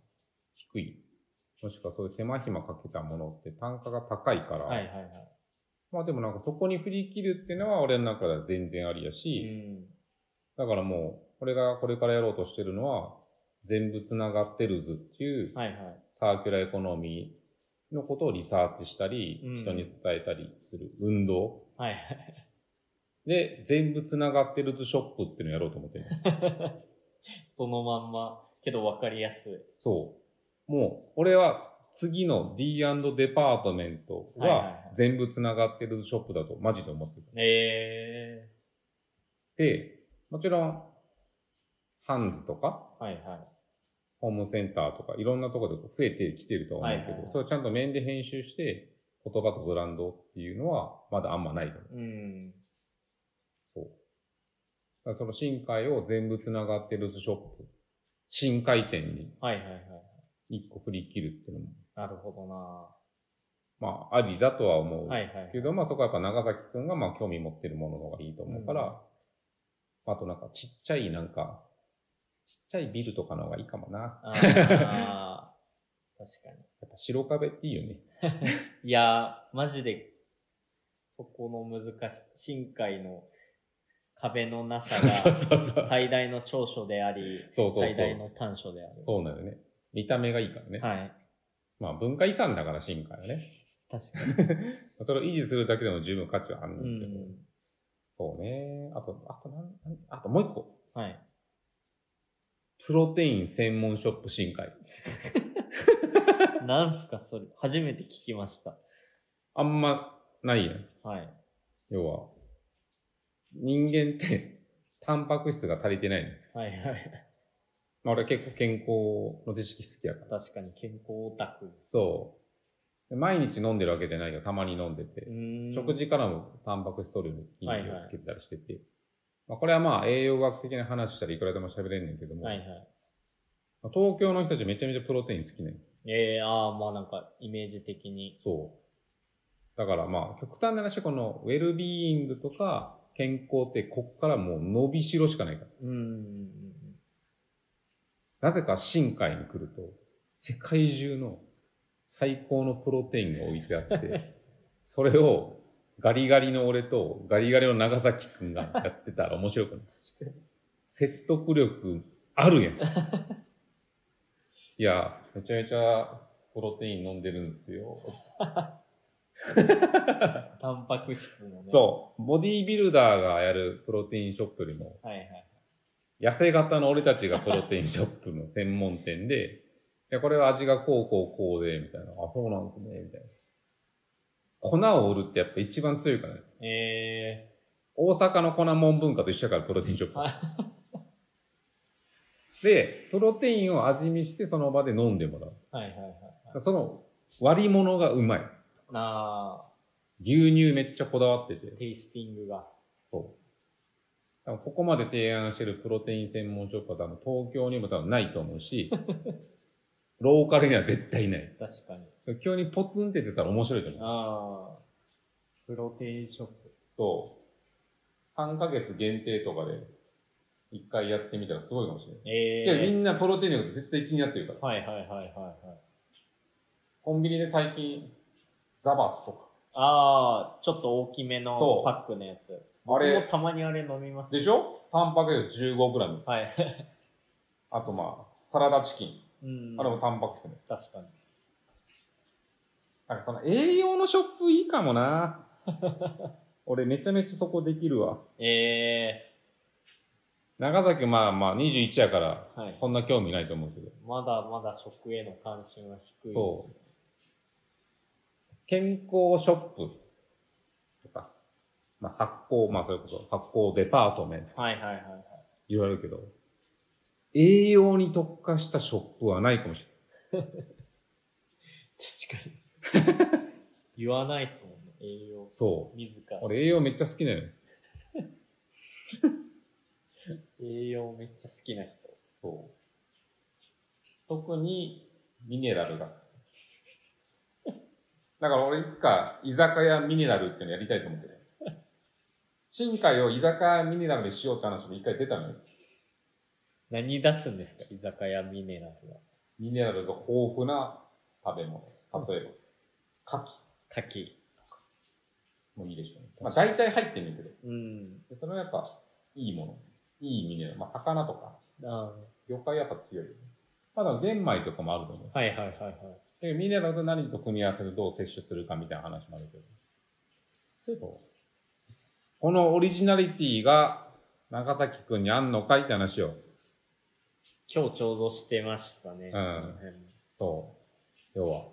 S1: 低い、もしくはそういう手間暇かけたものって単価が高いから、
S2: はいはいはい。
S1: まあでもなんかそこに振り切るっていうのは俺の中では全然ありや
S2: う
S1: し、
S2: ん。
S1: だからもう、俺がこれからやろうとしてるのは、全部繋がってるずっていう
S2: はいはい。
S1: サーキュラーエコノミーのことをリサーチしたり、
S2: うん
S1: 人に伝えたりする運動。
S2: はいはい。
S1: で、全部繋がってるずショップっていうのをやろうと思ってる。
S2: そのまんま、けど分かりやすい。
S1: そう。もう、俺は次の D& デパートメント
S2: はいはいはい
S1: は全部繋がってるショップだとマジで思ってる。
S2: え
S1: で、もちろん、ハンズとか、
S2: ー、はいはい。
S1: ホームセンターとか、いろんなところで増えてきてるとは思うけど、
S2: はいはいはい
S1: それをちゃんと面で編集して、言葉とブランドっていうのは、まだあんまないと思
S2: うん。
S1: う。そう。だからその深海を全部繋がってるショップ、深海店に
S2: はいはいはい。
S1: 一個振り切るっていうのも、
S2: なるほどな
S1: まあ、ありだとは思う。
S2: はいはい。
S1: けど、まあそこはやっぱ長崎くんがまあ興味持ってるものの方がいいと思うから、あとなんかちっちゃいなんか、ちっちゃいビルとかの方がいいかもな。や
S2: ああー、確か
S1: っぱ白壁っていいよね。
S2: に。いやー、マジで、そこの難し、深海の壁の中
S1: そうそう
S2: が
S1: そう そう。
S2: 最大の長所であり、
S1: そうそうそう
S2: 最大の短所である。
S1: そうなのね。見た目がいいからね。
S2: はい。
S1: まあ文化遺産だから深海はね。
S2: 確かに。
S1: それを維持するだけでも十分価値はあるんだ
S2: う
S1: けど。
S2: ん。
S1: そうね。あと、あとなん、なんあともう一個。
S2: はい。
S1: プロテイン専門ショップ深海。
S2: なんすか、それ。初めて聞きました。
S1: あんまないやん。
S2: はい。
S1: 要は、人間って、タンパク質が足りてないの。
S2: はいはい。
S1: まあ、俺は結構健康の知識好きやから。
S2: 確かに健康オタク。
S1: そう。で毎日飲んでるわけじゃないけど、たまに飲んでて
S2: う。ーん。
S1: 食事からもタンパク質取るように筋肉をつけてたりしてて。まあ、これはまあ栄養学的な話したらいくらでも喋れんねんけども、
S2: はいはい。
S1: まあ東京の人たちめちゃめちゃプロテイン好きねん。
S2: ええー、ああ、まあなんか、イメージ的に。
S1: そう。だからまあ、極端な話、このウェルビーイングとか健康ってこっからもう伸びしろしかないから。
S2: うんうんうんうん。
S1: なぜか深海に来ると、世界 中の最高のプロテインが置いてあって、それをガリガリの俺とガリガリの長崎くんがやってたら面白くない説得力あるやん。いや、めちゃめちゃプロテイン飲んでるんですよ。
S2: タンパク質のね。
S1: そう、ボディービルダーがやるプロテインショップよりも、
S2: う。はいはい。
S1: 痩せ型の俺たちがプロテインショップの専門店で、いや、これは味がこうこうこうで、みたいな。あ、そうなんですね、みたいな。粉を売るってやっぱ一番強いからね。
S2: え
S1: 大阪の粉もん文化と一緒やから、プロテインショップ
S2: は。
S1: で、プロテインを味見してその場で飲んでもらう。
S2: ー、はいはいはいはい。
S1: その割り物がうまい。
S2: な
S1: 牛乳めっちゃこだわってて
S2: あ、。テイスティングが。
S1: そう。多分ここまで提案してるプロテイン専門ショップは多分東京にも多分ないと思うし、 ローカルには絶対ない。
S2: 確かに。
S1: 急にポツンって出たら面白いと思う。
S2: ああ。プロテインショップ。
S1: そう。3ヶ月限定とかで、一回やってみたらすごいかもしれない。
S2: え
S1: いや、み
S2: え
S1: んなプロテインのこと絶対気になってるから
S2: ー。。はいはいはいはいはい。
S1: コンビニで最近、ザバスとか。
S2: ああ、ちょっと大きめの
S1: そう
S2: パックのやつ。
S1: あ
S2: 僕も
S1: れ、
S2: たまにあれ飲みます。
S1: でしょタンパク質 15g。
S2: はい。
S1: あとまあ、サラダチキン。
S2: うん。
S1: あれもタンパク質ね。
S2: 確かに。
S1: なんかその栄養のショップいいかもな。 俺めちゃめちゃそこできるわ。
S2: ええ
S1: 長崎まあまあ21やから、
S2: ー、はい。
S1: そんな興味ないと思うけど。
S2: まだまだ食への関心は低いです。
S1: そ健康ショップとか、まあ発酵、まあそれこそ発酵デパートメント
S2: はいはいはいはい。
S1: 言われるけど、栄養に特化したショップはないかもしれない。
S2: 確かに。 言わないですもんね、栄養。
S1: そう。
S2: 自ら。
S1: 俺栄養めっちゃ好きなのよ。
S2: 栄養めっちゃ好きな人。
S1: そう。特にミネラル が好き。だから俺いつか居酒屋ミネラルっていうのやりたいと思ってる。新海を居酒屋ミネラルにしようって話も一回出たのよ。
S2: 何出すんですか居酒屋ミネラルは。
S1: ミネラルが豊富な食べ物。例えば、牡
S2: 牡蠣。
S1: 蠣もいいでしょうね。まあ大体入ってんねんけど。
S2: うん。
S1: でそれはやっぱいいもの。いいミネラル。まあ魚とか、
S2: あ
S1: 魚介やっぱ強いよね。まあだから玄米とかもあると思う。
S2: あ。はいはいはいはい。
S1: で、ミネラルと何と組み合わせてどう摂取するかみたいな話もあるけど。けど、このオリジナリティが長崎くんにあんのかいって話を。
S2: 今日ちょうどしてましたね。
S1: ん
S2: その辺も
S1: そう。要は、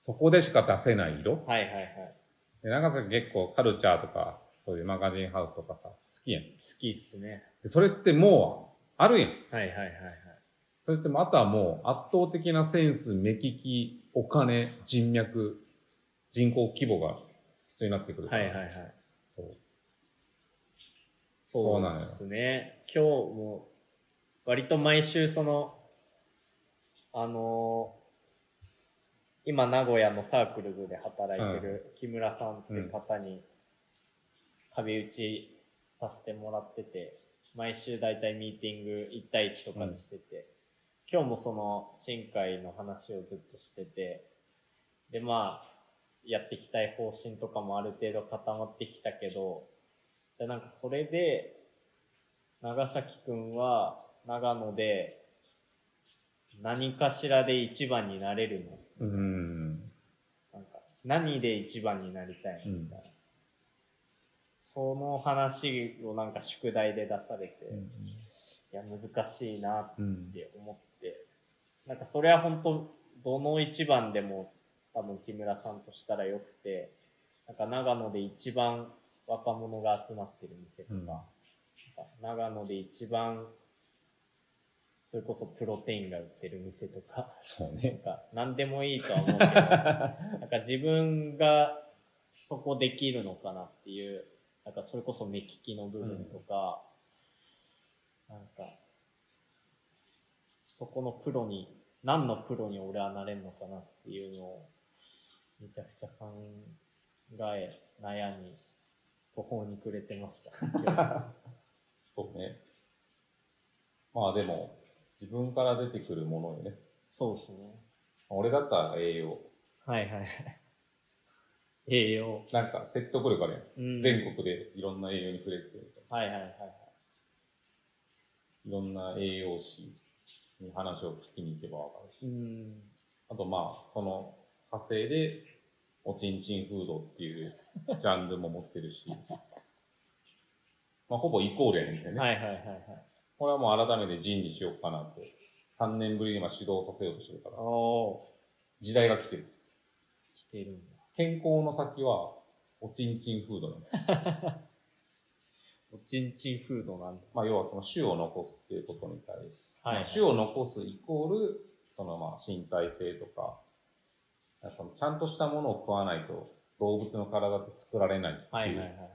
S1: そこでしか出せない色。
S2: はいはいはい。
S1: で長崎結構カルチャーとか、そういうマガジンハウスとかさ、好きやん。
S2: 好きっすね。
S1: でそれってもう、あるやん。
S2: はいはいはいはい。
S1: それってまたはもう圧倒的なセンス、目利き、お金、人脈、人口規模が必要になってくるか
S2: は
S1: ら。
S2: いはいはい。
S1: そう
S2: そ
S1: そううな
S2: な
S1: んの
S2: で
S1: よ
S2: すね。今日も、割と毎週その、あのー今名古屋のサークル部で働いてる木村さんっていう方に、壁打ちさせてもらってて、毎週だいたいミーティング1対1とかにしてて、今日もその、新海の話をずっとしてて、でまあ、やっていきたい方針とかもある程度固まってきたけど、じゃあなんかそれで、長崎くんは長野で何かしらで一番になれるの
S1: うーん。
S2: なんか何で一番になりたいのみたいな。その話をなんか宿題で出されて、いや難しいなって
S1: うん
S2: って思って、なんかそれは本当、どの一番でも多分木村さんとしたらよくて、なんか長野で一番若者が集まってる店とか、
S1: うん
S2: なんか長野で一番、それこそプロテインが売ってる店とか、
S1: そう
S2: なん
S1: ね。
S2: か何でもいいとは思 うけど、なんか自分がそこできるのかなっていう、なんかそれこそ目利きの部分とか、なんか、そこのプロに、何のプロに俺はなれるのかなっていうのを、めちゃくちゃ考え、悩み、途方に暮れてました。
S1: そうね。まあでも、自分から出てくるものよね。
S2: そうですね。
S1: 俺だったら栄養。
S2: はいはい。栄養。
S1: なんか説得力あるやん。
S2: うん
S1: 全国でいろんな栄養に触れてるみたい
S2: はいはいはいはい。
S1: な。いろんな栄養士に話を聞きに行けばわかるし。
S2: うん。
S1: あとまあ、その派生で、おちんちんフードっていうジャンルも持ってるし。まあ、ほぼイコールやねんけどね。
S2: はいはいはいはい。
S1: これはもう改めて人にしようかなと。3年ぶりに今指導させようとしてるから。
S2: おー、
S1: 時代が来てる。
S2: 来てるんだ。
S1: 健康の先は、おちんちんフードなの。
S2: おちんちんフードなんだ。
S1: まあ、要はその種を残すっていうことに対し、
S2: はい
S1: まあ種を残すイコール、そのまあ身体性とか、そのちゃんとしたものを食わないと動物の体って作られないっていう。
S2: はいはいはいはい。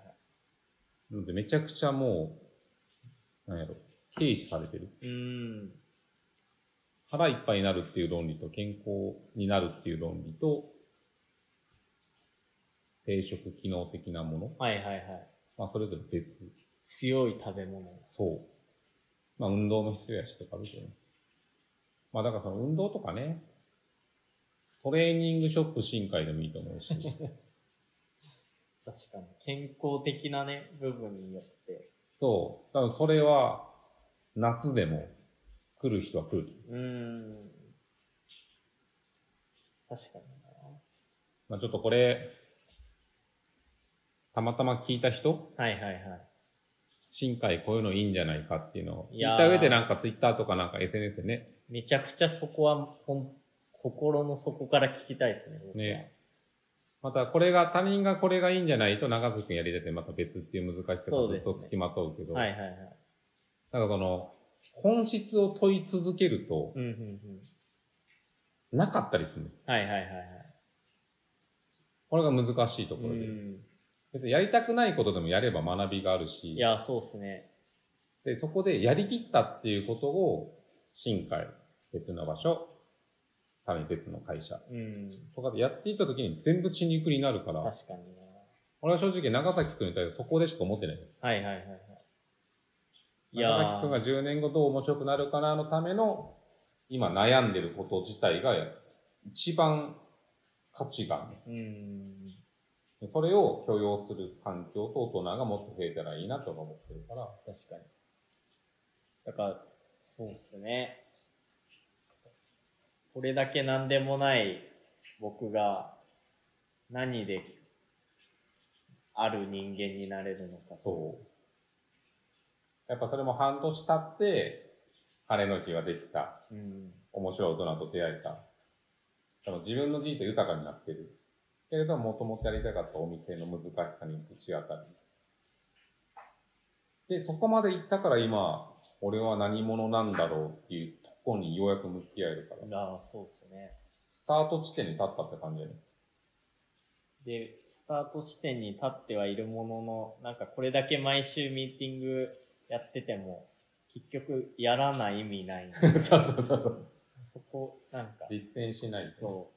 S1: なのでめちゃくちゃもう、なんやろ、軽視されてる。
S2: うーん。
S1: 腹いっぱいになるっていう論理と健康になるっていう論理と、生殖機能的なもの。
S2: はいはいはい。
S1: まあ、それぞれ別。
S2: 強い食べ物。
S1: そう。まあ、運動も必要やしとかあるけど。まあ、だからその運動とかね、トレーニングショップ深海でもいいと思 うし、
S2: 確かに。健康的なね、部分によって。
S1: そう。だからそれは、夏でも来る人は来ると。
S2: うーん。確かにな。
S1: まあ、ちょっとこれ、たまたま聞いた人
S2: はいはいはい。
S1: 深海こういうのいいんじゃないかっていうのを、
S2: い
S1: 聞い
S2: やー
S1: た上でなんかツイッターとかなんか SNS でね、
S2: めちゃくちゃそこは、ほん、心の底から聞きたいですね。僕は
S1: ね。またこれが、他人がこれがいいんじゃないと長崎くんやりたいってまた別っていう難しさ
S2: そ
S1: が
S2: う
S1: ず
S2: で
S1: っ
S2: すね
S1: と付きまとうけど、
S2: はいはいはい。
S1: なんかその、本質を問い続けると
S2: う、んうんうん。
S1: なかったりするの。
S2: はいはいはいはい。
S1: これが難しいと
S2: う
S1: ころで。
S2: ん。
S1: 別にやりたくないことでもやれば学びがあるし
S2: い、や、そうっすね。
S1: で、そこでやりきったっていうことを、新海、別の場所、さらに別の会社
S2: うん。
S1: とかでやっていった時に全部血肉になるから、
S2: 確かにな。
S1: 俺は正直長崎くんに対してそこでしか思ってない。
S2: はいはいはいはい。いやー
S1: 長崎くんが10年後どう面白くなるかなのための、今悩んでること自体が一番価値がある。
S2: うん。
S1: それを許容する環境と大人がもっと増えたらいいなとか思ってるから、
S2: 確かに。だから、そうっすね。これだけ何でもない僕が何である人間になれるのか。
S1: そう。やっぱそれも半年経って、晴れの日ができた、
S2: う。うん。
S1: 面白い大人と出会えた。その自分の人生豊かになってる。けれども、もともとやりたかったお店の難しさにぶち当たり。で、そこまで行ったから今、俺は何者なんだろうっていうところにようやく向き合えるから、
S2: ああ、そうっすね。
S1: スタート地点に立ったって感じだね。
S2: で、スタート地点に立ってはいるものの、なんかこれだけ毎週ミーティングやってても、結局やらない意味ない んで。
S1: そうそうそうそう。
S2: そこ、なんか。
S1: 実践しないと。
S2: そ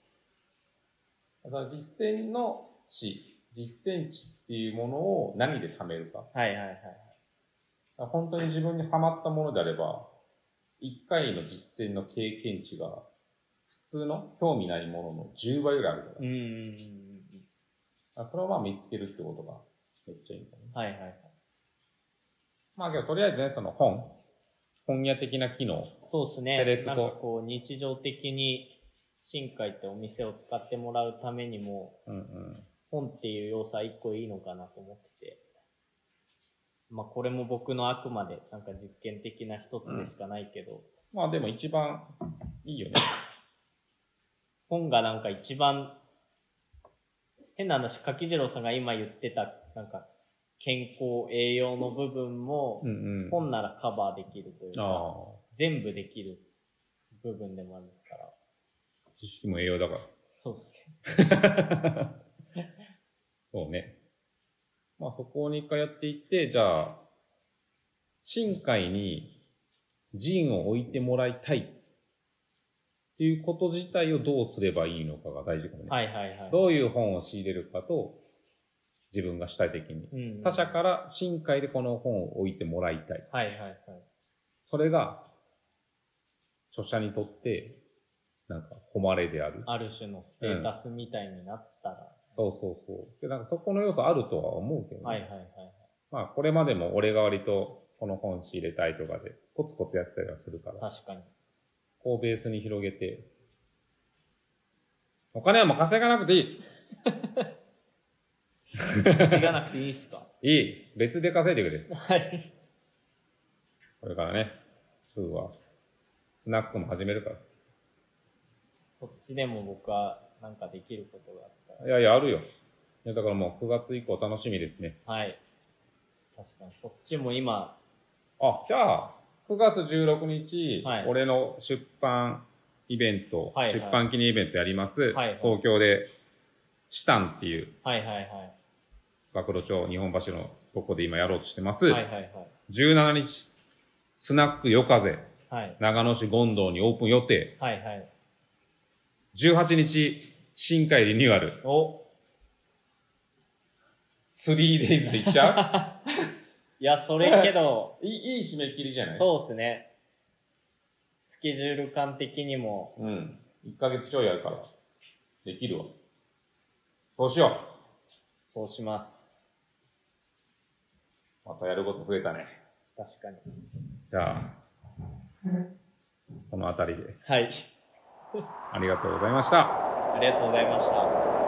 S1: だから実践の知、実践知っていうものを何で貯めるか。だか
S2: う。はいはいはい。
S1: ら本当に自分にハマったものであれば、一回の実践の経験値が、普通の興味ないものの10倍ぐらいあるから。だ
S2: うんうんうんうん。
S1: からそれをまあ見つけるってことがめっちゃいいんだね。
S2: はいはいはい。
S1: まあけどとりあえずね、その本、本屋的な機能。
S2: そうですね。
S1: セレクト
S2: なんかこう、日常的に、新海ってお店を使ってもらうためにも、
S1: うんうん。
S2: 本っていう要素は一個いいのかなと思ってて。まあ、これも僕のあくまで、なんか実験的な一つでしかないけど、
S1: まあでも一番いいよね。
S2: 本がなんか一番、変な話、柿次郎さんが今言ってた、なんか、健康、栄養の部分も
S1: う、んうん。
S2: 本ならカバーできるというか、
S1: ああ。
S2: 全部できる部分でもあるから、
S1: 知識も栄養だから。
S2: そうですね。
S1: そうね。まあそこに一回やっていって、じゃあ、深海に陣を置いてもらいたいっていうこと自体をどうすればいいのかが大事かもね。
S2: はいはいはい。
S1: どういう本を仕入れるかと、自分が主体的に。
S2: うん
S1: 他者から深海でこの本を置いてもらいたい。
S2: はいはいはい。
S1: それが、著者にとって、なんか、誉れである。
S2: ある種のステータスみたいになったら、
S1: そうそうそう。で、なんかそこの要素あるとは思うけどね、
S2: はいはいはいはい。
S1: まあ、これまでも俺が割とこの本仕入れたいとかで、コツコツやってたりはするから、
S2: 確かに。
S1: こうベースに広げて、お金はもう稼がなくていい
S2: 稼がなくていいっすか
S1: いい別で稼いでくれ。
S2: はい。
S1: これからね、すぐは、スナックも始めるか
S2: そっちでも僕はなんかできることがあった
S1: ら。いやいや、あるよ。いやだからもう9月以降楽しみですね。
S2: ら。はい。確かに、そっちも今、
S1: あ、じゃあ、9月16日、
S2: はい
S1: 俺の出版イベント、
S2: はいはい
S1: 出版記念イベントやります。
S2: はいはい
S1: 東京で、チタンっていう、
S2: はいはいはい。
S1: 学路町日本橋のとこで今やろうとしてます。
S2: はいはいはい。
S1: 17日、スナック夜風、
S2: はい。
S1: 長野市権堂にオープン予定。
S2: はいはい。
S1: 18日、新海リニューアル。
S2: お、
S1: 3days で行っちゃ
S2: いや、それけど、
S1: う いいいい締め切りじゃない
S2: そうっすね。スケジュール感的にも、
S1: う。うん。1ヶ月ちょいやるから、できるわ。そうしよ
S2: そうします。
S1: う。またやること増えたね。
S2: 確かに。
S1: じゃあ、このあたりで
S2: はい。
S1: ありがとうございました。
S2: ありがとうございました。